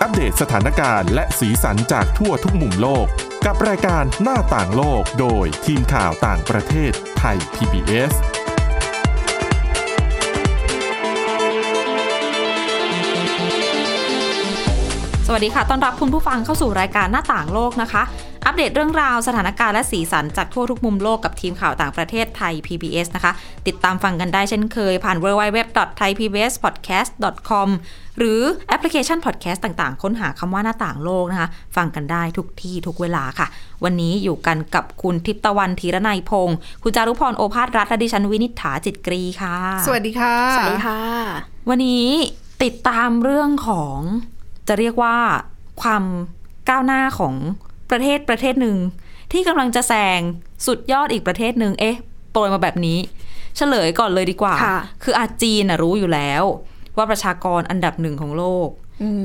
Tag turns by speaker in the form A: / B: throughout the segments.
A: ปเดตสถานการณ์และสีสันจากทั่วทุกมุมโลก กับรายการหน้าต่างโลกโดยทีมข่าวต่างประเทศไทย PBS
B: สวัสดีค่ะ ต้อนรับคุณผู้ฟังเข้าสู่รายการหน้าต่างโลกนะคะ อัปเดตเรื่องราวสถานการณ์และสีสันจากทั่วทุกมุมโลกกับทีมข่าวต่างประเทศไทย PBS นะคะ ติดตามฟังกันได้เช่นเคย ผ่าน www.thaipbspodcast.com หรือแอปพลิเคชัน podcast ต่างๆ ค้นหาคำว่าหน้าต่างโลกนะคะ ฟังกันได้ทุกที่ทุกเวลาค่ะ วันนี้อยู่กันกับคุณทิพย์ตะวันธีรนัยพงศ์คุณจารุพรโอภาสรัฐและดิฉันวินิษฐาจิตกรีค่ะ
C: สวัสดีค่ะ
D: สวัสดีค่ะ
B: วันนี้ติดตามเรื่องของจะเรียกว่าความก้าวหน้าของประเทศประเทศหนึ่ง ที่กำลังจะแซงสุดยอดอีกประเทศหนึ่งเอ๊ะโปรยมาแบบนี้ เฉลยก่อนเลยดีกว่า
D: ค่ะ
B: ออาจีนนะรู้อยู่แล้ว ว่าประชากรอันดับหนึ่งของโลก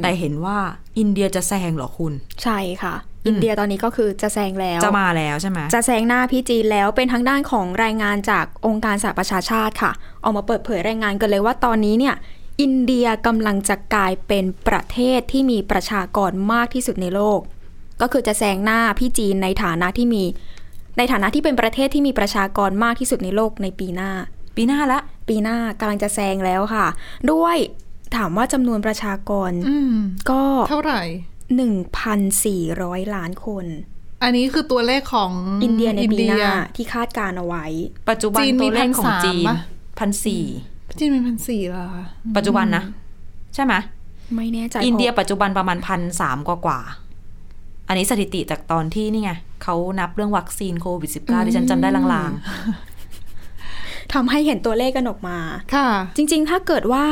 B: แต่เห็นว่าอินเดียจะแซงเหรอคุณ
D: ใช่ค่ะ อินเดียตอนนี้ก็คือจะแซงแล้ว
B: จะมาแล้วใช่ไหม
D: จะแซงหน้าพี่จีนแล้วเป็นทางด้านของรายงานจากองค์การสหประชาชาติค่ะ ออกมาเปิดเผยรายงานกันเลยว่าตอนนี้เนี่ยอินเดียกำลังจะกลายเป็นประเทศที่มีประชากรมากที่สุดในโลก ก็คือจะแซงหน้าพี่จีนในฐานะที่มี ในฐานะที่เป็นประเทศที่มีประชากรมากที่สุดในโลกในปีหน้า
B: ปีหน้าละ
D: ปีหน้ากำลังจะแซงแล้วค่ะ ด้วยถามว่าจำนวนประชากร
C: อืม
D: ก็
C: เท่าไหร่
D: 1,400 ล้านคน
C: อันนี้คือตัวเลขของ
D: อินเดียในปีหน้า
C: อิ
D: ที่คาดการเอาไว้
B: ปัจจุบัน
C: จีน
B: ตั
C: มี
B: วเลขของ
C: 1,300
B: จีน
C: ปะ
B: พันสี่
C: จีนเป็นพันสี่เหรอคะ
B: ปัจจุบันนะ ใช่ไหม
D: ไม่แน่ใจ
B: อินเดีย
D: พราะ
B: ปัจจุบันประมาณพันสามกว่ากว่า อันนี้สถิติจากตอนที่นี่ไงเขานับเรื่องวัคซีนโควิด -19 ที่ฉันจำได้ลาง
D: ทำให้เห็นตัวเลขกันออกมา
C: ค่ะ
D: จริงๆ ถ้าเกิดว่า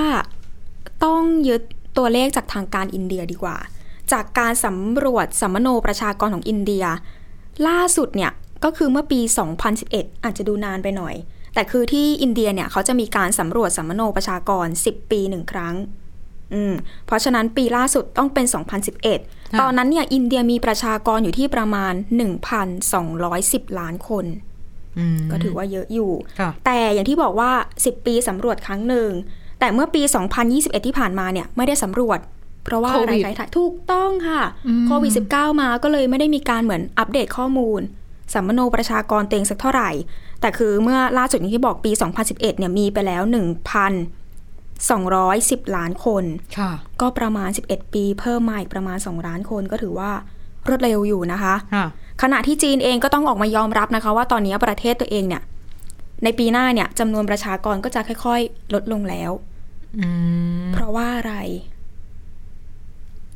D: ต้องยึดตัวเลขจากทางการอินเดียดีกว่า จากการสำรวจสัมมโนประชากรของอินเดีย ล่าสุดเนี่ยก็คือเมื่อปี 2011 อาจจะดูนานไปหน่อย แต่คือที่อินเดียเนี่ยเขาจะมีการสำรวจสัมมโนประชากร 10 ปีหนึ่งครั้ง อืม เพราะฉะนั้นปีล่าสุดต้องเป็น 2011 ตอนนั้นเนี่ยอินเดียมีประชากรอยู่ที่ประมาณ 1,210 ล้านคน
B: ๆอืม
D: ก็ถือว่าเยอะอยู่
B: ค่ะ
D: แต่อย่างที่บอกว่า 10 ปีสำรวจครั้งหนึ่ง แต่เมื่อปี 2021 ที่ผ่านมาเนี่ยไม่ได้สำรวจ เพราะว่า
C: โค
D: อะไร
C: วิด
D: ใครถ่ายถูกต้องค่ะโควิด -19 มาก็เลยไม่ได้มีการเหมือนอัปเดตข้อมูลสัมมโนประชากรเต็งสักเท่าไหร่ แต่คือเมื่อล่าสุดอย่างที่บอกปี 2011 เนี่ยมีไปแล้ว 1,210 ล้านคน
B: ค่ะ
D: ก็ประมาณ 11 ปีเพิ่มมาอีกประมาณ 2 ล้านคนก็ถือว่ารวดเร็วอยู่นะคะ
B: ค่ะ
D: ขณะที่จีนเองก็ต้องออกมายอมรับนะคะ ว่าตอนนี้ประเทศตัวเองเนี่ย ในปีหน้าเนี่ยจำนวนประชากรก็จะค่อย ๆ ลดลงแล้ว
B: อืม
D: เพราะว่าอะไร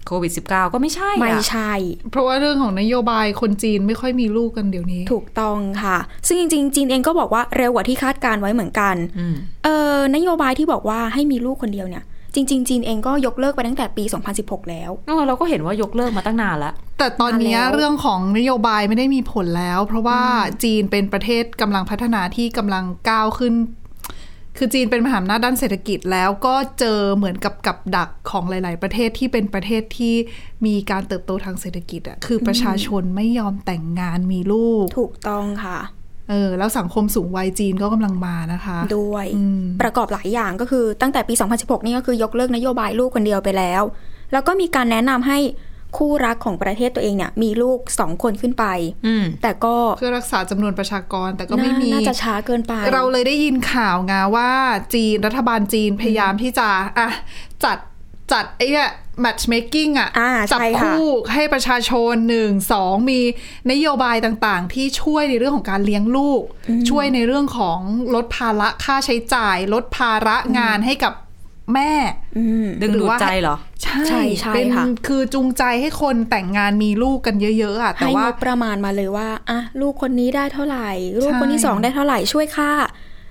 B: โควิด -19 ก็ไม่ใช่อะ
D: ไม่ใช่
C: เพราะว่าเรื่องของนโยบายคนจีนไม่ค่อยมีลูกกันเดี๋ยวนี้
D: ถูกต้องค่ะ ซึ่งจริง ๆ จีนเองก็บอกว่าเร็วกว่าที่คาดการไว้เหมือนกัน
B: อืม
D: เออนโยบายที่บอกว่าให้มีลูกคนเดียวเนี่ย จริง ๆ จีนเองก็ยกเลิกไปตั้งแต่ปี 2016 แล้ว
B: เออเราก็เห็นว่ายกเลิกมาตั้งนานแล้ว
C: แต่ตอนเนี้ย
D: มาแล้ว
C: เรื่องของนโยบายไม่ได้มีผลแล้ว เพราะว่าจีนเป็นประเทศกำลังพัฒนาที่กำลังก้าวขึ้น คือจีนเป็นมหาอำนาจด้านเศรษฐกิจแล้วก็เจอเหมือนกับกับดักของหลาย ๆ ประเทศที่เป็นประเทศที่มีการเติบโตทางเศรษฐกิจอะคือประชาชนไม่ยอมแต่งงานมีลูก
D: ถูกต้องค่ะ
C: เออแล้วสังคมสูงวัยจีนก็กำลังมานะคะ
D: ด้วย
C: อืม
D: ประกอบหลายอย่างก็คือตั้งแต่ปี 2016 นี่ก็คือยกเลิกนโยบายลูกคนเดียวไปแล้ว แล้วก็มีการแนะนำให้คู่รักของประเทศตัวเองเนี่ย มีลูก 2 คนขึ้นไป
B: อืม
D: แต่ก็
C: เพื่อรักษาจำนวนประชากรแต่ก็ไม่
D: น่า
C: มี
D: น่าจะช้าเกินไป
C: เราเลยได้ยินข่าวไงว่าจีนรัฐบาลจีนพยายามที่จะอ่ะจัดจัดไอ้เนี่ย matchmaking อ่ะ
D: อ่าใช่
C: จับ
D: ค่ะ
C: คู่ให้ประชาชนหนึ่งสองมีนโยบายต่างๆ ที่ช่วยในเรื่องของการเลี้ยงลูก ช่วยในเรื่องของลดภาระค่าใช้จ่าย ลดภาระงานให้กับแม่
D: อืม
B: ดึง
C: หรื
B: ดู
C: อ
B: ด
C: ว่า
B: ใจเหรอ
C: ใช่
D: ใช่ใช่
C: เป็น
D: ค่ะ
C: คือจูงใจให้คนแต่งงานมีลูกกันเยอะ ๆอ่ะแต่
D: ให้
C: ว่า
D: งบประมาณมาเลยว่าอ่ะลูกคนนี้ได้เท่าไหร่ ลูก
C: ใช่
D: คนที่สองได้เท่าไหร่ช่วยค่า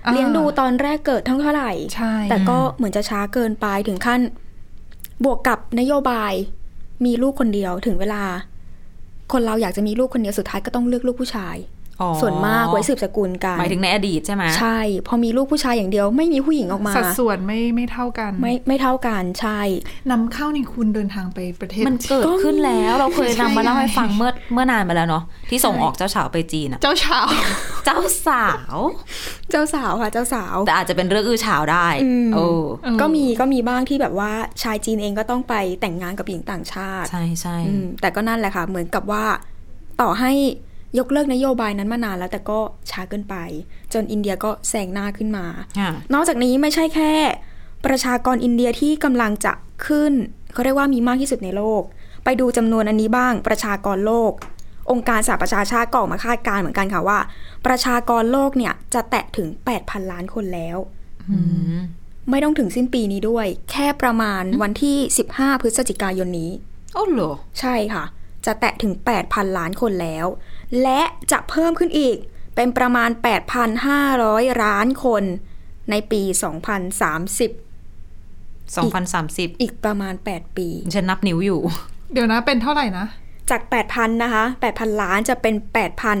C: อ่า
D: เลี้ยงดูตอนแรกเกิดเทั้งเท่าไหร่
C: ใช่
D: แต่ก็เหมือนจะช้าเกินไปถึงขั้น บวกกับนโยบาย มีลูกคนเดียวถึงเวลา คนเราอยากจะมีลูกคนเดียวสุดท้ายก็ต้องเลือกลูกผู้ชาย
B: อ๋อ
D: ส่วนมากไว้สืบสกุลกัน
B: หมายถึงในอดีตใช่ไหม
D: ใช่ พอมีลูกผู้ชายอย่างเดียว ไม่มีผู้หญิงออกมา
C: สัดส่วนไม่ไม่เท่ากัน
D: ไม่ไม่เท่ากันใช่
C: นำเข้าในคุณเดินทางไปประเทศ
B: มันเกิดขึ้นแล้วเราเคยนำมาเล่าให้ฟัง
C: ใช่
B: เมื่อเมื่อนานมาแล้วเนาะที่ส่งออกเจ้าสาวไปจีนอะ
C: เจ้าชาว
B: เจ้าสาว
D: เจ้าสาวค่ะเจ้าสาว
B: แต่อาจจะเป็นเรื่องอื้อฉาวได้
D: อืม
B: โอ้
C: เออ
D: ก็มีก็มีบ้างที่แบบว่าชายจีนเองก็ต้องไปแต่งงานกับหญิงต่างชาติ
B: ใช่ใช่
D: อืมแต่ก็นั่นแหละค่ะ เหมือนกับว่า ต่อให้ยกเลิกนโยบายนั้นมานานแล้วแต่ก็ช้าเกินไป จนอินเดียก็แซงหน้าขึ้นมา
B: ค่ะ
D: นอกจากนี้ไม่ใช่แค่ ประชากรอินเดียที่กำลังจะขึ้น เขาเรียกว่ามีมากที่สุดในโลก ไปดูจำนวนอันนี้บ้าง ประชากรโลก องค์การสหประชาชาติก็ออกมาคาดการณ์เหมือนกันค่ะว่า ประชากรโลกเนี่ยจะแตะถึง 8,000 ล้านคนแล้ว
B: อืม
D: ไม่ต้องถึงสิ้นปีนี้ด้วย แค่ประมาณวันที่ 15 พฤศจิกายนนี้
B: โอ้โหรอ
D: ใช่ค่ะ จะแตะถึง 8,000 ล้านคนแล้ว และจะเพิ่มขึ้นอีก เป็นประมาณ 8,500 ล้านคน ในปี 2030
B: สองพันสามสิบ
D: อีกประมาณ 8 ปี
B: ฉันนับนิ้วอยู่
C: เดี๋ยวนะเป็นเท่าไหร่นะ
D: จาก 8,000 นะคะ 8,000 ล้านจะเป็น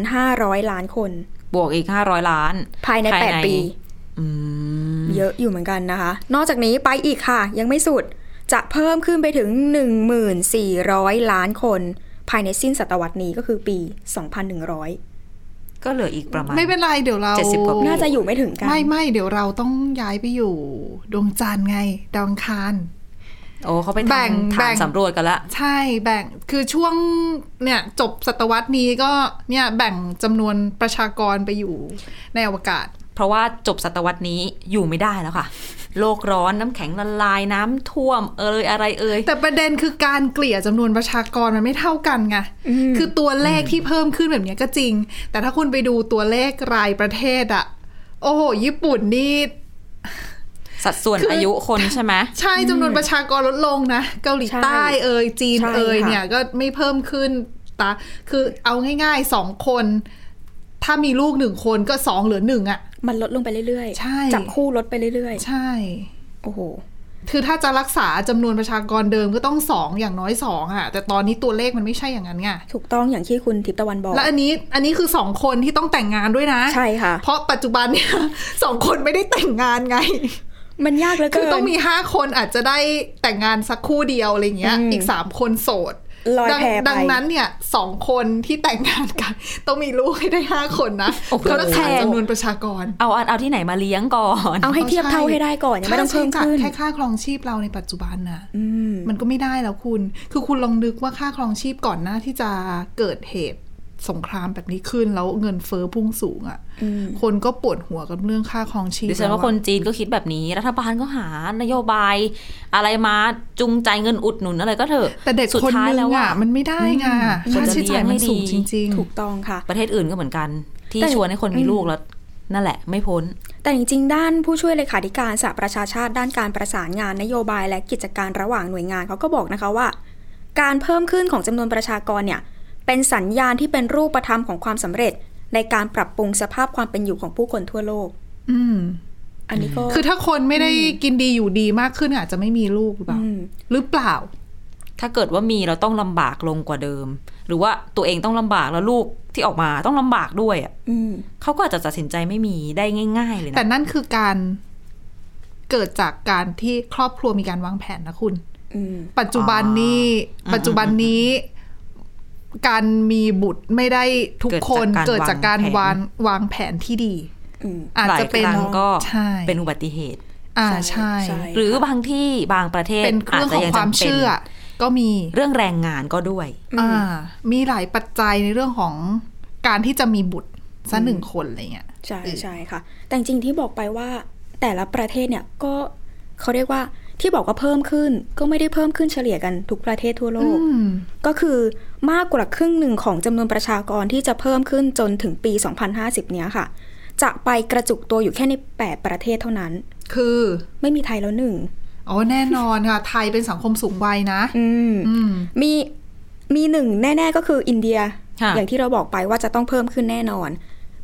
D: 8,500 ล้านคน
B: บวกอีกห้าร้อยล้าน
D: ภายใน
B: ภายใน
D: 8 ปี
B: อืม
D: เยอะอยู่เหมือนกันนะคะ นอกจากนี้ไปอีกค่ะ ยังไม่สุด จะเพิ่มขึ้นไปถึง 1,400 ล้านคน ภายในสิ้นศตวรรษนี้ก็คือปี 2,100
B: ก็เหลืออีกประมาณ
C: ไม่เป็นไรเดี๋ยวเรา
B: เจ็ดสิบกว่าปี
D: น่าจะอยู่ไม่ถึงกัน
C: ไม่ไม่เดี๋ยวเราต้องย้ายไปอยู่ ดวงจันทร์ไงดาวอังคาร
B: โอ้เขาไป
C: แบ่ง
B: ทำ
C: แบ่
B: ฐาน
C: ง
B: สำรวจกันละ
C: ใช่แบ่งคือช่วงเนี่ยจบศตวรรษนี้ก็เนี่ยแบ่งจำนวนประชากรไปอยู่ในอวกาศ
B: เพราะว่าจบศตวรรษนี้อยู่ไม่ได้แล้วค่ะ โลกร้อนน้ำแข็งละลายน้ำท่วม เอยอะไรเอย
C: แต่ประเด็นคือการเกลี่ยจำนวนประชากรมันไม่เท่ากันไง คือตัวเลขที่เพิ่มขึ้นแบบเนี้ยก็จริง แต่ถ้าคุณไปดูตัวเลขรายประเทศอะโอ้โห ญี่ปุ่นนี่
B: สัดส่วน
C: คืออ
B: อายุ คนใช่ไหม
C: ใช่จำนวนประชากรลดลงนะ เกาหลี
D: ใช่
C: ใต้เอยจีน
D: ใช่
C: เอย
D: ค่ะ
C: เนี่ยก็ไม่เพิ่มขึ้นตาคือเอาง่ายๆสองคน ถ้ามีลูกหนึ่งคนก็สองเหลือหนึ่งอะ
D: มันลดลงไปเรื่อย
C: ใช่
D: จับคู่ลดไปเรื่อย
C: ใช่
D: ๆ โอ้โห
C: คือถ้าจะรักษาจำนวนประชากรเดิมก็ต้องสองอย่างน้อยสองอะแต่ตอนนี้ตัวเลขมันไม่ใช่อย่างนั้นไง
D: ถูกต้องอย่างที่คุณทิพย์ตะวันบอก
C: และอันนี้อันนี้คือสองคนที่ต้องแต่งงานด้วยนะ
D: ใช่ค่ะ
C: เพราะปัจจุบันเนี่ย สองคนไม่ได้แต่งงานไง
D: มันยากเหลือ
C: คือ
D: เกิน
C: ต้องมีห้าคนอาจจะได้แต่งงานสักคู่เดียวอะไรเงี้ย
D: อืม
C: อีกสามคนโสด
D: ลอย
C: ดั
D: แพไป
C: ดังนั้นเนี่ยสองคนที่แต่งงานกัน ต้องมีลูกให้ได้ห้าคนนะเพื่อรักษาจำนวนประชากร
B: เอาอันเอาที่ไหนมาเลี้ยงก่อน
D: เอาให้เทียบเท่าให้ได้ก่อน ยังไม่ต้องเพิ่มขึ้น
C: ค่าใช้จ่ายแค่ค่าครองชีพเราในปัจจุบันน่ะ
D: อืม
C: มันก็ไม่ได้แล้วคุณ คือคุณลองนึกว่าค่าครองชีพก่อนหน้าที่จะเกิดเหตุสงครามแบบนี้ขึ้นแล้วเงินเฟ้อพุ่งสูงอะ่ะ
D: อืม
C: คนก็ปวดหัวกับเรื่องค่าครองชีพ
B: ดิฉันว่า
C: แล้อะ
B: คนจีนก็คิดแบบนี้ รัฐบาลก็หานโยบาย อะไรมาจูงใจเงินอุดหนุนอะไรก็เถอะ
C: แต่เด็ก
B: สุด
C: คน
B: ท้าย
C: นึง
B: แล้วว่า
C: อ่ะมันไม่ได้ไง
B: อืม
C: ค่าใช้จ่ายมันสูง
B: ควรจะเลี้ยงให้ดี
C: จริง
D: ถูกต้องค่ะ
B: ประเทศอื่นก็เหมือนกัน ที่
D: แต่
B: ชวนให้คนมีลูกแล้ว นั่นแหละไม่พ้น
D: แต่จริงๆ ด้านผู้ช่วยเลขาธิการสหประชาชาติด้านการประสานงานนโยบายและกิจการระหว่างหน่วยงานเขาก็บอกนะคะว่า การเพิ่มขึ้นของจำนวนประชากรเนี่ย เป็นสัญญาณที่เป็นรูปธรรมของความสำเร็จ ในการปรับปรุงสภาพความเป็นอยู่ของผู้คนทั่วโลก
C: ๆ อืม
D: อันนี้ก็
C: คือถ้าคนไม่ได้กินดีอยู่ดีมากขึ้นอาจจะไม่มีลูกหรือเปล่า
D: อืม
C: หรือเปล่า
B: ถ้าเกิดว่ามีเราต้องลำบากลงกว่าเดิม หรือว่าตัวเองต้องลำบากแล้วลูกที่ออกมาต้องลำบากด้วยอะ
D: อืม
B: เขาก็อาจจะตัดสินใจไม่มีได้ง่าย ๆ เลย
C: แต่
B: นะ
C: นั่นคือการเกิดจากการที่ครอบครัวมีการวางแผนนะคุณ
D: อืม
C: ปัจจุบันนี้ปัจจุบันนี้ การมีบุตรไม่ได้ทุกคนเกิดจากการวางวางแผนที่ดี
D: อืม
C: อาจ
B: หลาย
C: จะเป็น
B: ครั้งก็
C: ใช่
B: เป็นอุบัติเหตุ
C: อ่าใช่
D: ใช่
B: หรือบางที่บางประเทศ
C: เป็นเครื่อง
B: จ
C: ข
B: จะ
C: อง
B: ยั
C: ความ
B: จำป็น
C: เชื่อ ก็มี
B: เรื่องแรงงานก็ด้วย
C: อ่ามีหลายปัจจัยในเรื่องของการที่จะมีบุตรสักหนึ่งคนอะไรเงี้ย
D: ใช่ใช่ค่ะ แต่จริงๆที่บอกไปว่าแต่ละประเทศเนี่ยก็เขาเรียกว่าที่บอกว่าเพิ่มขึ้นก็ไม่ได้เพิ่มขึ้นเฉลี่ยกันทุกประเทศทั่วโลก
C: อืม
D: ก็คือมากกว่าครึ่งหนึ่งของจำนวนประชากรที่จะเพิ่มขึ้นจนถึงปี 2050 เนี้ยค่ะ จะไปกระจุกตัวอยู่แค่ใน 8 ประเทศเท่านั้น
C: คือ
D: ไม่มีไทยแล้วหนึ่ง
C: อ๋อแน่นอนค่ะ ไทยเป็นสังคมสูงวัยนะ
D: อืม
C: อืม
D: มีมีหนึ่งแน่ ๆ ก็คืออินเดีย
B: ค่ะ
D: อย่างที่เราบอกไปว่าจะต้องเพิ่มขึ้นแน่นอน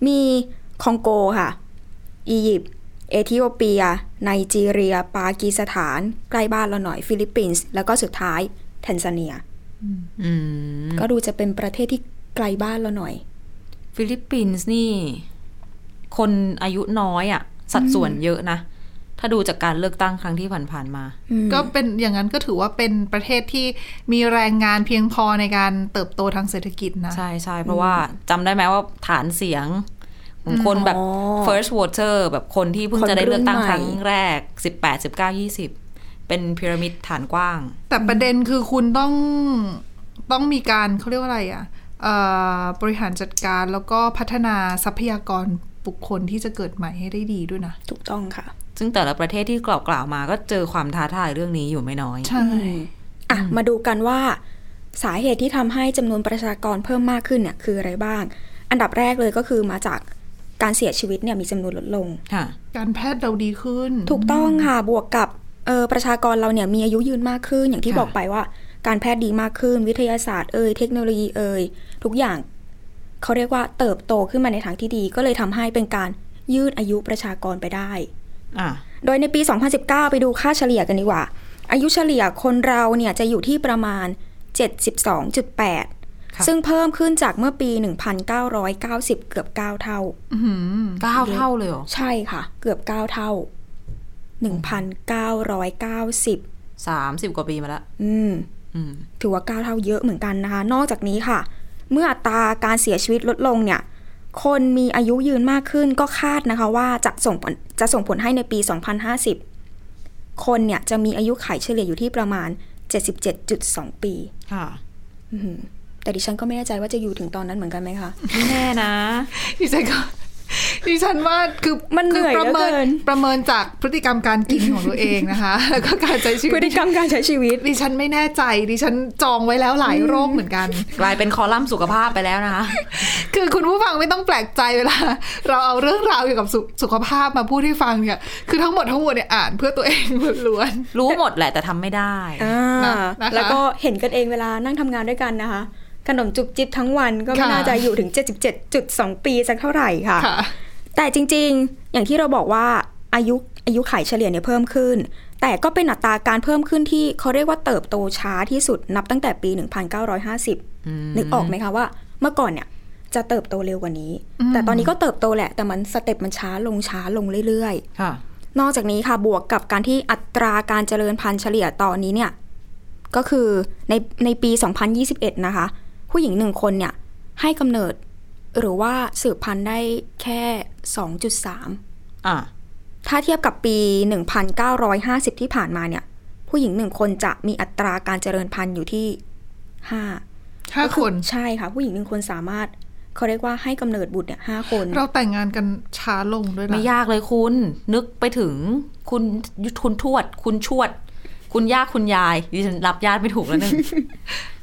D: มีคองโกค่ะ อียิปต์เอธิโอเปีย ไนจีเรีย ปากีสถาน ใกล้บ้านเราหน่อยฟิลิปปินส์แล้วก็สุดท้ายแทนซาเนีย
B: อืม
D: ก็ดูจะเป็นประเทศที่ไกลบ้านเราหน่อย
B: ฟิลิปปินส์นี่ คนอายุน้อยอะ่ะ สัดส่วนเยอะนะ ถ้าดูจากการเลือกตั้งครั้งที่ผ่านๆมา
D: อืม
C: ก็เป็นอย่างนั้นก็ถือว่าเป็นประเทศที่มีแรงงานเพียงพอในการเติบโตทางเศรษฐกิจนะ
B: ใช่ใช่เพราะว่าจำได้ไหมว่าฐานเสียงของคนแบบ
D: อ๋อ
B: first voter แบบคนที่เพิ่ง
D: คน
B: จะได้เลือกตั้ง
D: รุ่น
B: ค
D: ใหม่
B: รั้งแรก 18 19 20 เป็นพีระมิดฐานกว้าง
C: แต่ประเด็นคือคุณต้องต้องมีการเขาเรียกว่าอะไรอ่ะเอ่อบริหารจัดการแล้วก็พัฒนาทรัพยากรบุคคลที่จะเกิดใหม่ให้ได้ดีด้วยนะ
D: ถูกต้องค่ะ
B: ซึ่งแต่ละประเทศที่กล่าวกล่าวมาก็เจอความท้าทายเรื่องนี้อยู่ไม่น้อย
C: ใช่
D: อ่ะ มาดูกันว่า สาเหตุที่ทำให้จำนวนประชากรเพิ่มมากขึ้นเนี่ยคืออะไรบ้าง อันดับแรกเลยก็คือมาจากการเสียชีวิตเนี่ยมีจำนวนลดลง
B: ค่ะ
C: การแพทย์เราดีขึ้น
D: ถูกต้องค่ะ บวกกับเอ่อประชากรเราเนี่ยมีอายุยืนมากขึ้น อย่างที่
C: ค่ะ
D: บอกไปว่า การแพทย์ดีมากขึ้น วิทยาศาสตร์เอ่ยเทคโนโลยีเอ่ยทุกอย่างเขาเรียกว่าเติบโตขึ้นมาในทางที่ดี ก็เลยทำให้เป็นการยืดอายุประชากรไปได้
B: อ่ะ
D: โดยในปี 2019 ไปดูค่าเฉลี่ยกันดีกว่า อายุเฉลี่ยคนเราเนี่ยจะอยู่ที่ประมาณ
B: ค่ะ
D: 72.8 ซึ่งเพิ่มขึ้นจากเมื่อปี 1990 เกือบ 9 เท่า
C: อื้อหือ
B: เก้าเท่าเลยเหรอ
D: ใช่ค่ะ เกือบ 9 เท่า 1,990
B: สามสิบกว่าปีมาแล้ว
D: อืม
B: อืม
D: ถือว่า 9 เท่าเยอะเหมือนกันนะคะ นอกจากนี้ค่ะ เมื่ออัตราการเสียชีวิตลดลงเนี่ย คนมีอายุยืนมากขึ้นก็คาดนะคะว่าจะส่งผลจะส่งผลให้ในปี 2050 คนเนี่ยจะมีอายุไขเฉลี่ยอยู่ที่ประมาณ 77.2 ปี
B: ค่ะ
D: อื้อหือแต่ดิฉันก็ไม่แน่ใจว่าจะอยู่ถึงตอนนั้นเหมือนกันไหมคะ
B: ไม่แน่นะ
C: ดิฉันก็ ดิฉันว่าคือ
D: มันเหนื่อย
C: คืประเมิ
D: เหลือเกิน
C: ประเมินจากพฤติกรรมการกินของตัวเองนะคะ แล้วก็การใช้ชีวิ
D: พ
C: ต
D: ฤติกรรมการใช้ชีวิต
C: ดิฉันไม่แน่ใจ ดิฉันจองไว้แล้วหลายโรคเหมือนกัน
B: กลายเป็นคอลัมน์สุขภาพไปแล้วนะคะ
C: คือคุณผู้ฟังไม่ต้องแปลกใจเวลา เราเอาเรื่องราวเกี่ยวกับสุสุขภาพมาพูดให้ฟังเนี่ย คือทั้งหมดทั้งมวลเนี่ยอ่านเพื่อตัวเองล้วน
B: รู้หมดแหละแต่ทำไม่ได้
D: อ่า
C: นะนะคะ
D: แล้วก็เห็นกันเองเวลานั่งทำงานด้วยกันนะคะ ขนมจุบจิบทั้งวันก็ไม่
C: ค่ะ
D: น่าจะอยู่ถึง 77.2 ปีสักเท่าไหร่ค่ะ
C: ๆค่ะ
D: แต่จริงๆ อย่างที่เราบอกว่าอายุอายุไขเฉลี่ยเนี่ยเพิ่มขึ้น แต่ก็เป็นอัตราการเพิ่มขึ้นที่เขาเรียกว่าเติบโตช้าที่สุดนับตั้งแต่ปี 1950 นึกออกไหมคะว่า เมื่อก่อนเนี่ยจะเติบโตเร็วกว่านี้
C: อืม
D: แต่ตอนนี้ก็เติบโตแหละ แต่มันสเต็ปมันช้าลงช้าลงเรื่อยๆ
B: ค่ะ
D: นอกจากนี้ค่ะบวกกับการที่อัตราการเจริญพันธุ์เฉลี่ยตอนนี้เนี่ยก็คือในในปี 2021 นะคะ ผู้หญิงหนึ่งคนเนี่ยให้กำเนิดหรือว่าสืบพันธุ์ได้แค่ 2.3
B: อ่ะ
D: ถ้าเทียบกับปี 1950 ที่ผ่านมาเนี่ยผู้หญิงหนึ่งคนจะมีอัตราการเจริญพันธุ์อยู่ที่ 5
C: ห้าคน
D: ใช่ค่ะ ผู้หญิงหนึ่งคนสามารถเขาเรียกว่าให้กำเนิดบุตรเนี่ยห้าคน
C: เราแต่งงานกันช้าลงด้วย
B: ไม่
C: นะ
B: ยากเลยคุณ นึกไปถึงคุณคุณทวด คุณชวด คุณย่าคุณยายดิฉันรับญาติไม่ถูกแล้วหนึ ง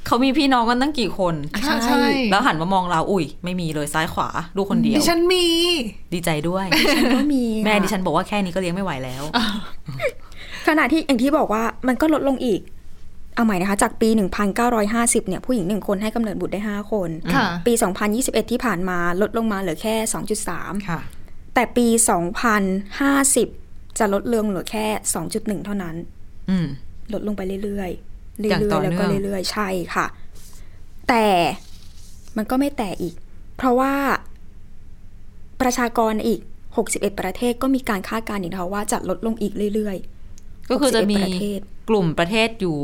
B: เขามีพี่น้องกันตั้งกี่คน
C: ใช่ใช่
B: แล้วหันมามองเราอุ้ย ไม่มีเลยซ้ายขวาลูกคนเดียว
C: ดิฉันมี
B: ดีใจด้วย
D: ก็มี
B: แม่
D: ค่ะ
B: ดิฉันบอกว่าแค่นี้ก็เลี้ยงไม่ไหวแล้ว
D: ขณะที่อย่างที่บอกว่ามันก็ลดลงอีก เอาใหม่นะคะ จากปี 1950 เนี่ยผู้หญิง 1 คนให้กำเนิดบุตรได้ 5 คน
C: ค่ะ
D: ปี 2021 ที่ผ่านมาลดลงมาเหลือแค่ 2.3
B: ค่ะ
D: แต่ปี 2050 จะลดลงเหลือแค่ 2.1 เท่านั้น
B: อืม
D: ลดลงไปเรื่อยๆ เรื่
B: อย่างต่
D: อ
B: อย
D: ๆ
B: เนื่อ
D: แล้ว
B: ง
D: ก็เรื่อยๆ ใช่ค่ะ แต่มันก็ไม่แต่อีก เพราะว่าประชากรอีก 61 ประเทศก็มีการคาดการณ์อีกนะคะว่าจะลดลงอีกเรื่อย
B: ก็คือจะมี
D: 61ประเทศ
B: กลุ่มประเทศอยู่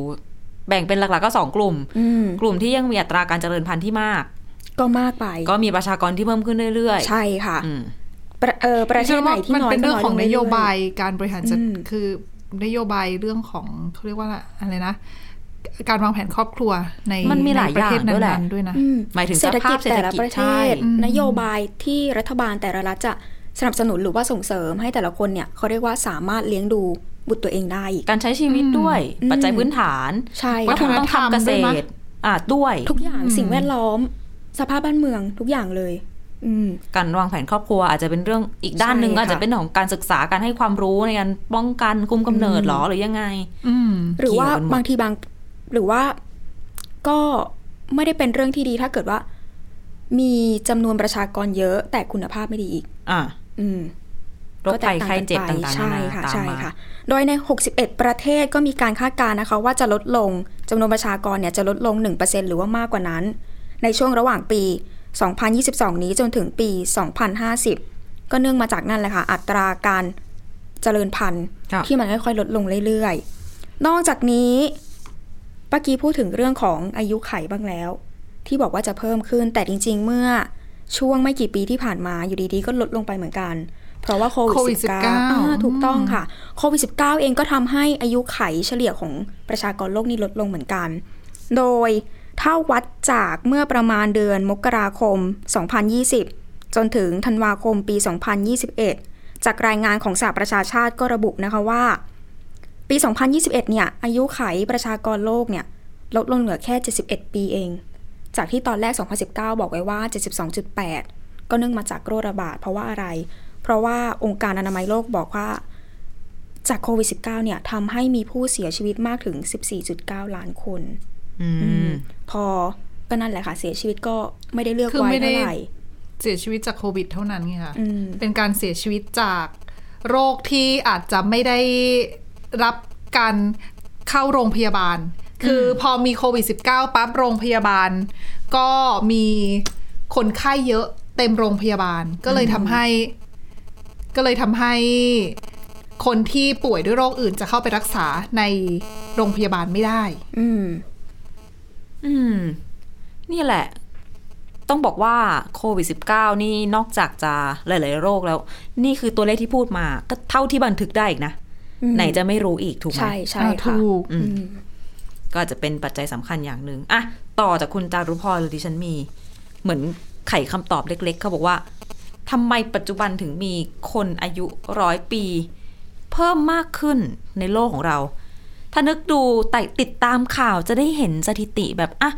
B: แบ่งเป็นหลักๆก็สองกลุ่ม
D: ๆ อืม
B: กลุ่มที่ยังมีอัตราการเจริญพันธุ์ที่มาก
D: ก็มากไป
B: ก็มีประชากรที่เพิ่มขึ้นเรื่อยๆ
D: ใช่ค่ะ
B: อืม
D: ประเอ่อประ
C: ดิ
D: เท
C: ฉั
D: ศไหน
C: ว่า
D: ที่
C: มัน
D: น้อย
C: เป็น
D: ก็
C: เรื่อง
D: น้อย
C: ของ
D: ล
C: นโยบาย
D: เรื่
C: การบริหารจัด
D: อืม
C: คือนโยบายเรื่องของเขาเรียกว่าอะไรนะ การวางแผนครอบครัวใน
B: มันมีหลาย
C: ในประเทศ
B: อย่างด้วยแหละ
C: นั้นๆด้วยนะ
D: อืม
B: หมายถึง
D: เศรษฐกิ
B: สภา
D: จ
B: พเศรษฐกิจ
D: แต่ละประเทศ
B: ใช่
C: อืม
D: นโยบายที่รัฐบาลแต่ละรัฐจะสนับสนุนหรือว่าส่งเสริมให้แต่ละคนเนี่ยเขาเรียกว่าสามารถเลี้ยงดูบุตรตัวเองได้อีก
B: การใช้ชีวิตด้วย
D: อืม
B: ปัจจัยพื้นฐาน
D: ใช่
C: วั
B: ก็
C: ฒ
B: คน ง
C: ธรรม
B: ต้องทำเกษ
C: ด้วยมั้ย
B: ตรอ่ะด้วย
D: ทุกอย่าง
C: อืม
D: สิ่งแวดล้อม สภาพบ้านเมืองทุกอย่างเลย อืม
B: การวางแผนครอบครัวอาจจะเป็นเรื่องอีกด้านหนึ่ง
D: ใช่
B: ก็
D: ค่ะ
B: อาจจะเป็นเรื่องของการศึกษาการให้ความรู้ในการป้องกันคุมกำเนิดหรอหรือยังไง
C: อืม
D: หรือว่า
B: เกี่ยวกันหมด
D: บางทีบางหรือว่าก็ไม่ได้เป็นเรื่องที่ดีถ้าเกิดว่า มีจำนวนประชากรเยอะแต่คุณภาพไม่ดีอีก
B: อ่ะ
D: อืม
B: โรคภัยไข้เจ็บต่างๆ
D: ใช่
B: นานา
D: ค่ะ
B: ตาม
D: ใช่
B: มา
D: ค่ะ โดยใน 61 ประเทศก็มีการคาดการณ์นะคะ ว่าจะลดลงจำนวนประชากรเนี่ยจะลดลง 1%หรือว่ามากกว่านั้น ในช่วงระหว่างปี 2022 นี้จนถึงปี 2050 ก็เนื่องมาจากนั่นแหละค่ะ อัตราการเจริญพันธุ์
B: ครับ
D: ที่มันค่อยๆลดลงเรื่อยๆ นอกจากนี้ป้ากี้พูดถึงเรื่องของอายุไขบ้างแล้ว ที่บอกว่าจะเพิ่มขึ้นแต่จริงๆ เมื่อช่วงไม่กี่ปีที่ผ่านมาอยู่ดีๆ ก็ลดลงไปเหมือนกัน เพราะว่าโค
C: โควิ
D: วิ
C: ด
D: ด
C: 19
D: -19 อ่าถูกต้องค่ะโควิด -19 เองก็ทำให้อายุไขเฉลี่ยของประชากรโลกนี้ลดลงเหมือนกัน โดยถ้าวัดจากเมื่อประมาณเดือนมกราคม 2020 จนถึงธันวาคมปี 2021 จากรายงานของสหประชาชาติก็ระบุนะคะว่า ปี 2021 เนี่ยอายุไขประชากรโลกเนี่ยลดลงเหลือแค่ 71 ปีเอง จากที่ตอนแรก 2019 บอกไว้ว่า 72.8 ก็เนื่องมาจากโรคระบาดเพราะว่าอะไร เพราะว่าองค์การอนามัยโลกบอกว่า จากโควิด -19 เนี่ยทำให้มีผู้เสียชีวิตมากถึง 14.9 ล้านคน
B: อืม
D: พอก็นั่นแหละค่ะ เสียชีวิตก็ไม่ได้เลือก
C: คือ
D: ไว้
C: ไม่ได้
D: เท่าไหร่
C: เสียชีวิตจากโควิดเท่านั้นไงคะ
D: อืม
C: เป็นการเสียชีวิตจากโรคที่อาจจะไม่ได้รับการเข้าโรงพยาบาล คือพอมีโควิด -19 ปั๊บโรงพยาบาล ก็มีคนไข้เยอะเต็มโรงพยาบาล ก็เลยทำให้ ก็เลยทำให้คนที่ป่วยด้วยโรคอื่นจะเข้าไปรักษาในโรงพยาบาลไม่ได้
D: อืม
B: อืม นี่แหละ ต้องบอกว่าโควิด -19 นี่นอกจากจะหลาย ๆ โรคแล้ว นี่คือตัวเลขที่พูดมา ก็เท่าที่บันทึกได้อีกนะ
D: อืม
B: ไหนจะไม่รู้อีกถูกไหม
D: ใช่ใช่
C: อ่า
D: ค่ะ
C: ถูก
B: อืม ก็อาจจะเป็นปัจจัยสำคัญอย่างหนึ่งอะต่อจากคุณจารุพรหรือดิฉันมี เหมือนไขคำตอบเล็ก ๆ เขาบอกว่าทำไมปัจจุบันถึงมีคนอายุร้อยปี เพิ่มมากขึ้นในโลกของเรา ถ้านึกดูแต่ติดตามข่าวจะได้เห็นสถิติแบบอะ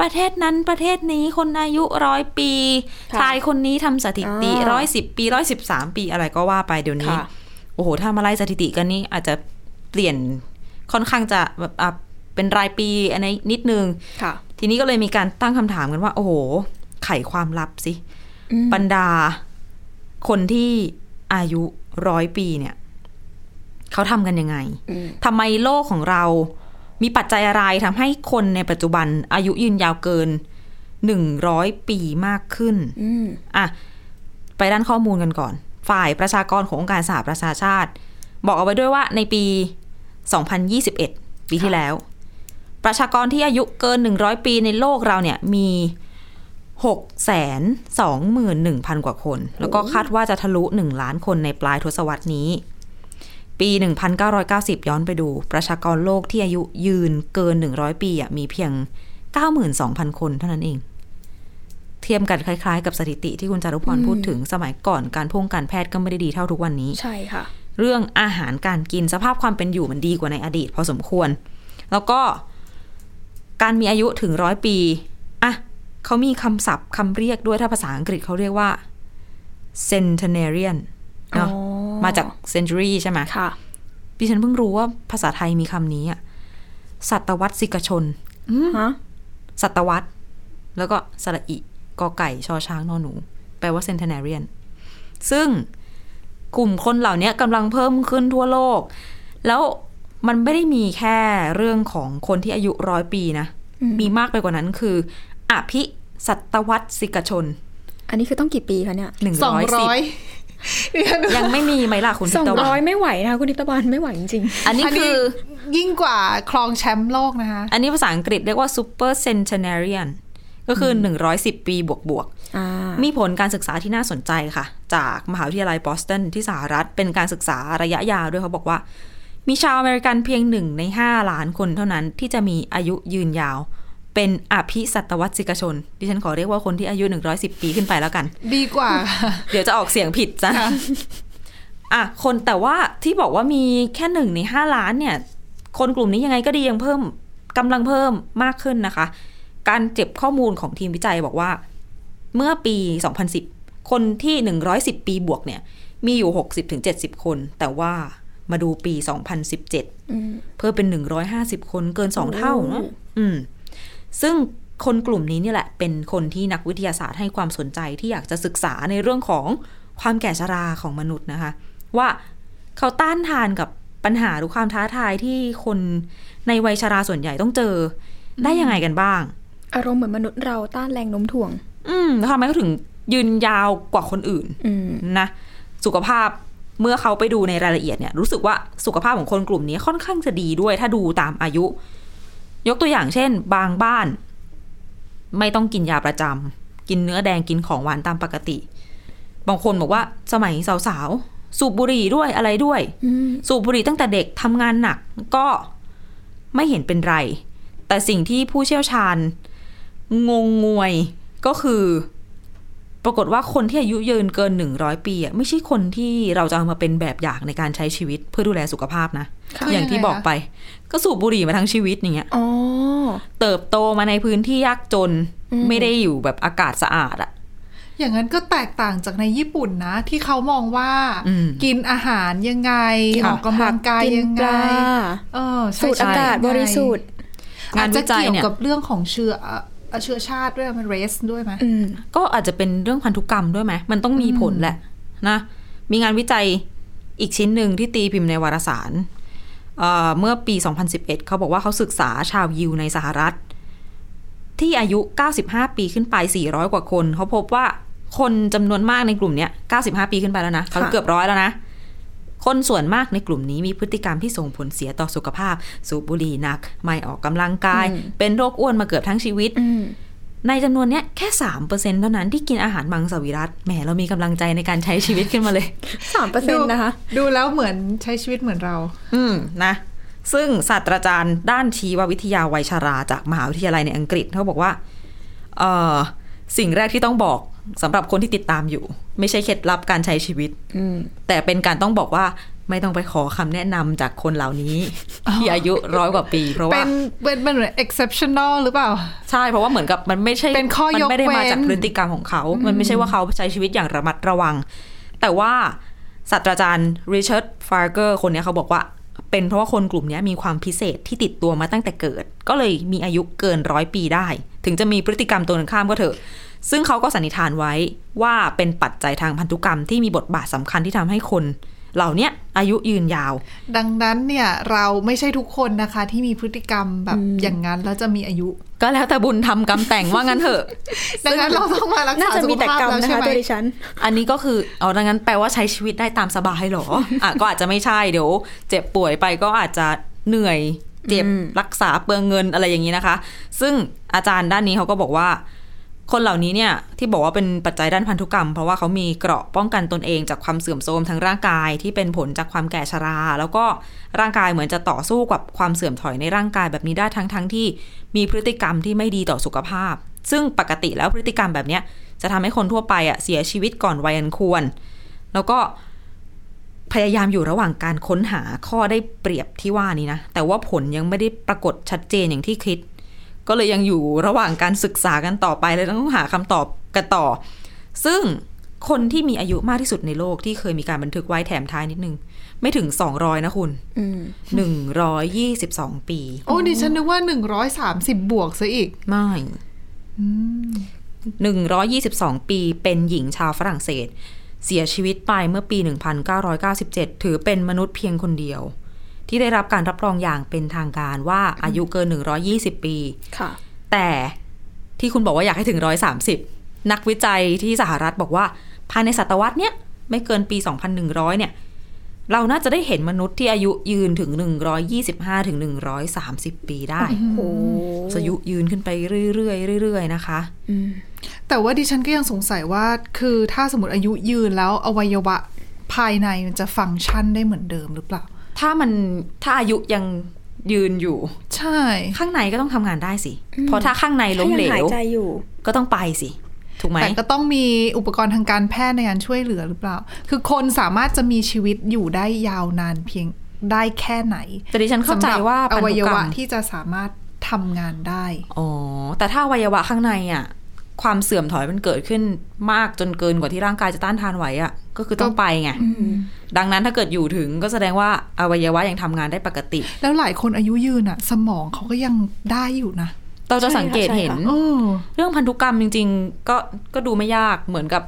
B: ประเทศนั้นประเทศนี้คนอายุร้อยปี
D: ค่ะ
B: ชายคนนี้ทำสถิติ
D: อ่า
B: ร้อยสิบปีร้อยสิบสามปีอะไรก็ว่าไปเดี๋ยวนี้
D: ค่ะ
B: โอ้โห ถ้ามาไล่สถิติกันนี่อาจจะเปลี่ยนค่อนข้างจะแบบอ่ะเป็นรายปีอันนี้นิดนึง
D: ค่ะ
B: ทีนี้ก็เลยมีการตั้งคำถามกันว่า โอ้โห ไขความลับสิ
D: อืม
B: บรรดาคนที่อายุร้อยปีเนี่ย เขาทำกันยังไง
D: อืม
B: ทำไมโลกของเรามีปัจจัยอะไรทำให้คนในปัจจุบันอายุยืนยาวเกินหนึ่งร้อยปีมากขึ้น
D: อืม
B: อ่ะ ไปด้านข้อมูลกันก่อน ฝ่ายประชากรขององค์การสหประชาชาติ บอกเอาไว้ด้วยว่าในปี 2021 ปีที่แล้ว ประชากรที่อายุเกิน 100 ปีในโลกเราเนี่ยมี 621,000 กว่าคน แล้วก็คาดว่าจะทะลุ 1 ล้านคนในปลายทศวรรษนี้ ปี 1990 ย้อนไปดู ประชากรโลกที่อายุยืนเกิน 100 ปีอ่ะมีเพียง 92,000 คนเท่านั้นเอง เทียมกันคล้ายๆ กับสถิติที่คุณจารุพร
D: อืม
B: พูดถึงสมัยก่อนการพงการแพทย์ก็ไม่ได้ดีเท่าทุกวันนี้
D: ใช่ค่ะ
B: เรื่องอาหารการกินสภาพความเป็นอยู่มันดีกว่าในอดีตพอสมควร แล้วก็การมีอายุถึงร้อยปีอ่ะเขามีคำศัพท์คำเรียกด้วยถ้าภาษาอังกฤษเขาเรียกว่า centenarian เนอะ
D: อ๋อ
B: มาจาก century ใช่ไหม
D: ค่ะ
B: ดิฉันเพิ่งรู้ว่าภาษาไทยมีคำนี้อะศตวรรษิกชน
D: ฮะ
B: ศตวรรษแล้วก็สระอิกอไก่ชอช้างนอหนู แปลว่าเซน t e น a เรียน ซึ่งกลุ่มคนเหล่านี้กำลังเพิ่มขึ้นทั่วโลก แล้วมันไม่ได้มีแค่เรื่องของคนที่อายุร้อยปีนะ
D: อืม
B: มีมากไปกว่านั้นคือ อภิสัตวรรษิกชน
D: อันนี้คือต้องกี่ปีคะเนี่ย
B: หนึ่ง
C: สอง
B: ร้อยสิ
C: ร้
B: บ
C: อย
B: ยังไม่มีไหมล่ะคุณ
D: สอง
B: ทิพย์ตะวัน
D: ร้อยไม่ไหวนะคะคุณทิพย์ตะวันไม่ไหวจริง
B: อันนี้คือ
C: ยิ่งกว่าครองแชมป์โลกนะคะ
B: อันนี้ภาษาอังกฤษเรียกว่า super centenarian ก็คือ 110 ปีบวกบวกๆ
D: ๆ อ่า
B: มีผลการศึกษาที่น่าสนใจค่ะ จากมหาวิทยาลัยบอสตันที่สหรัฐเป็นการศึกษาระยะยาวด้วยเขาบอกว่า มีชาวอเมริกันเพียงหนึ่งในห้าล้านคนเท่านั้นที่จะมีอายุยืนยาว เป็นอภิสัตวรรษิกชน ดิฉันขอเรียกว่าคนที่อายุ 110 ปีขึ้นไปแล้วกัน
C: ดีกว่า
B: เดี๋ยวจะออกเสียงผิดจ้ะอ่ะคนแต่ว่าที่บอกว่ามีแค่หนึ่งในห้าล้านเนี่ย คนกลุ่มนี้ยังไงก็ดียังเพิ่มกำลังเพิ่มมากขึ้นนะคะ การเจ็บข้อมูลของทีมวิจัยบอกว่า เมื่อปี 2010 คนที่ 110 ปีบวกเนี่ย มีอยู่ 60-70 คน แต่ว่ามาดูปี 2017
D: อืม
B: เพิ่มเป็น 150 คนเกิน 2 เท่า
D: โอ้
B: นะอืม ซึ่งคนกลุ่มนี้เนี่ยแหละ เป็นคนที่นักวิทยาศาสตร์ให้ความสนใจที่อยากจะศึกษาในเรื่องของความแก่ชราของมนุษย์นะคะ ว่าเขาต้านทานกับปัญหาหรือความท้าทายที่คนในวัยชราส่วนใหญ่ต้องเจอ ได้ยังไงกันบ้าง
D: อารมณ์เหมือนมนุษย์เราต้านแรงโน้มถ่วง
B: อืมทำไมเขาถึงยืนยาวกว่าคนอื่น
D: อืม
B: นะสุขภาพเมื่อเขาไปดูในรายละเอียดเนี่ยรู้สึกว่าสุขภาพของคนกลุ่มนี้ค่อนข้างจะดีด้วยถ้าดูตามอายุ ยกตัวอย่างเช่น บางบ้าน ไม่ต้องกินยาประจำกินเนื้อแดงกินของหวานตามปกติ บางคนบอกว่าสมัยสาวๆ สูบบุหรี่ด้วยอะไรด้วย
D: อืม
B: สูบบุหรี่ตั้งแต่เด็กทำงานหนักก็ไม่เห็นเป็นไร แต่สิ่งที่ผู้เชี่ยวชาญ งงงวยก็คือ ปรากฏว่าคนที่อายุยืนเกิน 100 ปีอะไม่ใช่คนที่เราจะเอามาเป็นแบบอย่างในการใช้ชีวิตเพื่อดูแลสุขภาพนะ
C: ค่ะ
B: อย่างที่บอกไป ก็สูบบุหรี่มาทั้งชีวิตอย่างเงี้ย
D: อ๋อ
B: เติบโตมาในพื้นที่ยากจน
D: อืม
B: ไม่ได้อยู่แบบอากาศสะอาดอะ
C: อย่างนั้นก็แตกต่างจากในญี่ปุ่นนะ ที่เขามองว่า
B: อืม
C: กินอาหารยังไง ออกกำลังกายยัง
D: ป
C: ไง
D: ลา
C: เออใช่
D: สูดอากาศ
C: ใช่
D: บริสุทธิ์
B: งา
C: อาน
B: วิ
C: จจะ
B: จัย
C: เกี่ยว
B: เนี่ย
C: กับเรื่องของเชื้อเอ่อเชื้อชาติด้วยมันเรสด้วยไหม
D: อืม
B: ก็อาจจะเป็นเรื่องพันธุกรรมด้วยไหม มันต้องมีผลแหละนะ มีงานวิจัยอีกชิ้นหนึ่งที่ตีพิมพ์ในวารสารเอ่อเมื่อปี 2011 เขาบอกว่าเขาศึกษาชาวยิวในสหรัฐ ที่อายุ 95 ปีขึ้นไป 400 กว่าคน เขาพบว่าคนจำนวนมากในกลุ่มเนี้ย95 ปีขึ้นไปแล้วนะ เขา
D: ค่ะ
B: เกือบร้อยแล้วนะ คนส่วนมากในกลุ่มนี้มีพฤติกรรมที่ส่งผลเสียต่อสุขภาพ สูบบุหรี่หนัก ไม่ออกกำลังกาย เป็นโรคอ้วนมาเกือบทั้งชีวิต
D: อืม
B: ในจำนวนเนี้ยแค่สามเปอร์เซ็นเท่านั้นที่กินอาหารมังสวิรัตแหมเรามีกำลังใจในการใช้ชีวิตขึ้นมาเลย
D: สามเปอร์เซ็นต์นะคะ
C: ดูแล้วเหมือนใช้ชีวิตเหมือนเรา
B: อืมนะ ซึ่งศาสตราจารย์ด้านชีววิทยาวัยชาราจากมหาวิทยาลัยในอังกฤษเขาบอกว่าเออสิ่งแรกที่ต้องบอกสำหรับคนที่ติดตามอยู่ ไม่ใช่เคล็ดลับการใช้ชีวิต
D: อืม
B: แต่เป็นการต้องบอกว่าไม่ต้องไปขอคำแนะนำจากคนเหล่านี้ ที่อายุร้อยกว่าปี เพราะ
C: เป็
B: ว่าน
C: เป็นเป็นเหมือน exceptional หรือเปล่า
B: ใช่เพราะว่าเหมือนกับมันไม่ใช่
C: เป็นข้อย
B: มั
C: ก
B: ไม่ได้มา
C: เว้น
B: จากพฤติกรรมของเขา มันไม่ใช่ว่าเขาใช้ชีวิตอย่างระมัดระวัง แต่ว่าศาสตราจารย์ริชาร์ดฟาร์เกอร์คนเนี้ยเขาบอกว่า เป็นเพราะว่าคนกลุ่มเนี้ยมีความพิเศษที่ติดตัวมาตั้งแต่เกิด ก็เลยมีอายุเกินร้อยปีได้ ถึงจะมีพฤติกรรมตรงกันข้ามก็เถอะ ซึ่งเขาก็สันนิษฐานไว้ว่าเป็นปัจจัยทางพันธุกรรมที่มีบทบาทสำคัญที่ทำให้คน เหล่าเนี้ยอายุยืนยาว
C: ดังนั้นเนี่ยเราไม่ใช่ทุกคนนะคะ ที่มีพฤติกรรมแบบอย่างนั้นแล้วจะมีอายุ
B: ก็แล้วแต่บุญทำกรรมแต่งว่างั้นเถอะ
C: ดังนั้นเราต้องมารัก
D: น่า
C: ษา
D: จะ
C: สุ
D: มี
C: ข
D: แต่
C: ภาพ
D: กรรม
C: แล้ว
D: นะ
C: ใช่
D: คะ
C: ไหม
D: ตัวดิฉัน
B: อันนี้ก็คือเอาดังนั้นแปลว่าใช้ชีวิตได้ตามสบายเหรอ อ่ะก็อาจจะไม่ใช่เดี๋ยว เจ็บป่วยไปก็อาจจะเหนื่อยเจ็บ
D: อืม
B: รักษาเปลืองเงินอะไรอย่างนี้นะคะ ซึ่งอาจารย์ด้านนี้เขาก็บอกว่า คนเหล่านี้เนี่ยที่บอกว่าเป็นปัจจัยด้านพันธุกรรม เพราะว่าเขามีเกราะป้องกันตนเองจากความเสื่อมโทรมทางร่างกายที่เป็นผลจากความแก่ชรา แล้วก็ร่างกายเหมือนจะต่อสู้กับความเสื่อมถอยในร่างกายแบบนี้ได้ทั้งๆที่มีพฤติกรรมที่ไม่ดีต่อสุขภาพ ซึ่งปกติแล้วพฤติกรรมแบบเนี้ยจะทำให้คนทั่วไปอ่ะเสียชีวิตก่อนวัยอันควร แล้วก็พยายามอยู่ระหว่างการค้นหาข้อได้เปรียบที่ว่านี้นะ แต่ว่าผลยังไม่ได้ปรากฏชัดเจนอย่างที่คิด ก็เลยยังอยู่ระหว่างการศึกษากันต่อไปเลยต้องหาคำตอบกันต่อ ซึ่งคนที่มีอายุมากที่สุดในโลกที่เคยมีการบันทึกไว้แถมท้ายนิดนึง ไม่ถึง 200 นะคุณ
D: อืม
B: 122 ปี
C: โอ้ดิฉันนึกว่า 130 บวกซะอีก
B: ไม่ 122 ปีเป็นหญิงชาวฝรั่งเศส เสียชีวิตไปเมื่อปี 1997 ถือเป็นมนุษย์เพียงคนเดียว ที่ได้รับการรับรองอย่างเป็นทางการว่าอายุเกิน 120 ปี
D: ค่ะ
B: แต่ที่คุณบอกว่าอยากให้ถึง 130 นักวิจัยที่สหรัฐบอกว่า ภายในศตวรรษเนี้ยไม่เกินปี 2100 เนี่ย เราน่าจะได้เห็นมนุษย์ที่อายุยืนถึง 125ถึง130 ปีได้
D: โอ้
B: สอายุยืนขึ้นไปเรื่อยๆเรื่อยๆนะคะ
D: อืม
C: แต่ว่าดิฉันก็ยังสงสัยว่าคือถ้าสมมติอายุยืนแล้วอวัยวะภายในมันจะฟังก์ชันได้เหมือนเดิมหรือเปล่า
B: ถ้ามันถ้าอายุยังยืนอยู่
C: ใช่
B: ข้างในก็ต้องทำงานได้สิ เพราะถ้าข้างในล้มเหล
D: ถ้ายังหายว ใจอยู่
B: ก็ต้องไปสิ ถูกไหม
C: แต่ก็ต้องมีอุปกรณ์ทางการแพทย์ในการช่วยเหลือหรือเปล่า คือคนสามารถจะมีชีวิตอยู่ได้ยาวนานเพียงได้แค่ไหน
B: แต่ดิฉันเข้าใจว่า
C: สำหรับอ
B: พันธุกรรม
C: วัยวะที่จะสามารถทำงานได้
B: อ๋อ แต่ถ้าอวัยวะข้างในอ่ะ ความเสื่อมถอยมันเกิดขึ้นมากจนเกินกว่าที่ร่างกายจะต้านทานไหวอ่ะ ก็คือต้องไปไง ดังนั้นถ้าเกิดอยู่ถึงก็แสดงว่าอวัยวะยังทำงานได้ปกติ
C: แล้วหลายคนอายุยืนอะสมองเขาก็ยังได้อยู่นะ
B: เราจะสังเกตเห็น
D: ใช่ค่ะใช่ค่ะ
C: โอ้
B: เรื่องพันธุกรรมจริง ๆ ก็ก็ดูไม่ยากเหมือนกับ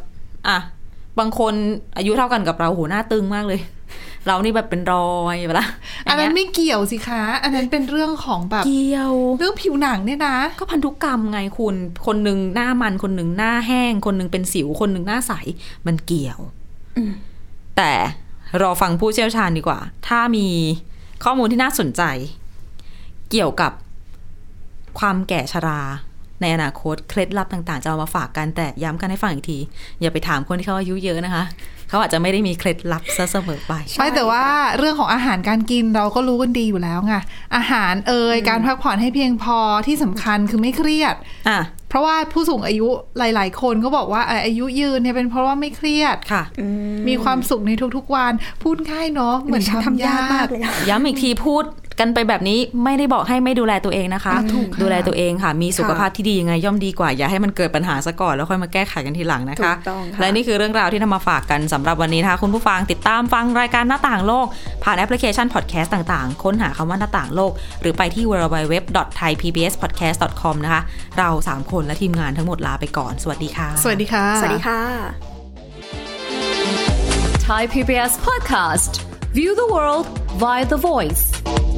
B: อ่ะ บางคนอายุเท่ากันกับเราโหหน้าตึงมากเลย เรานี่แบบเป็นรอยไปละ
C: อันนั้น
B: ย่างเงี้ย
C: ไม่เกี่ยวสิคะ อันนั้นเป็นเรื่องของแบบ
B: เกี่ยว
C: เรื่องผิวหนังเนี่ยนะ
B: ก็พันธุกรรมไงคุณ คนหนึ่งหน้ามัน คนหนึ่งหน้าแห้ง คนหนึ่งเป็นสิว คนหนึ่งหน้าใส มันเกี่ยว
D: อืม
B: แต่รอฟังผู้เชี่ยวชาญดีกว่า ถ้ามีข้อมูลที่น่าสนใจ เกี่ยวกับความแก่ชรา ในอนาคต เคล็ดลับต่างๆ จะเอามาฝากกัน แต่ย้ำกันให้ฟังอีกที อย่าไปถามคนที่เขาอายุเยอะนะคะ เขาอาจจะไม่ได้มีเคล็ดลับซะเสมอไป
C: ไม่แต่ว่าเรื่องของอาหารการกินเราก็รู้กันดีอยู่แล้วไงอาหารเอ่ยการพักผ่อนให้เพียงพอที่สำคัญคือไม่เครียด
B: อ่ะ
C: เพราะว่าผู้สูงอายุหลาย ๆ คนก็บอกว่าเอ่ออายุยืนเนี่ยเป็นเพราะว่าไม่เครียด
B: ค่ะ
C: มีความสุขในทุก ๆ วัน พูดง่ายเนาะเหมือน
D: ฉั
C: ทำยาก
D: เลยอะ
B: ย้ำอีกทีพูดกันไปแบบนี้ไม่ได้บอกให้ไม่ดูแลตัวเองนะคะ
C: ถูกค่ะ
B: ดูแลตัวเองค่ะ มีสุขภาพที่ดียังไงย่อมดีกว่า อย่าให้มันเกิดปัญหาซะก่อนแล้วค่อยมาแก้ไขกันทีหลังนะ
D: ถู
B: คะ
D: กต้องค่ะ
B: และนี่คือเรื่องราวที่นำมาฝากกันสำหรับวันนี้นะคะ คุณผู้ฟังติดตามฟังรายการหน้าต่างโลก ผ่านแอปพลิเคชันพอดแคสต์ต่างๆ ค้นหาคำว่าหน้าต่างโลก หรือไปที่ www.thaipbspodcast.com นะคะ เรา 3 คนและทีมงานทั้งหมดลาไปก่อน สวัสดีค่ะ
C: สวัสดีค่ะ
D: สวัสดีค่ะ
E: Thai PBS podcast. View the world via the voice.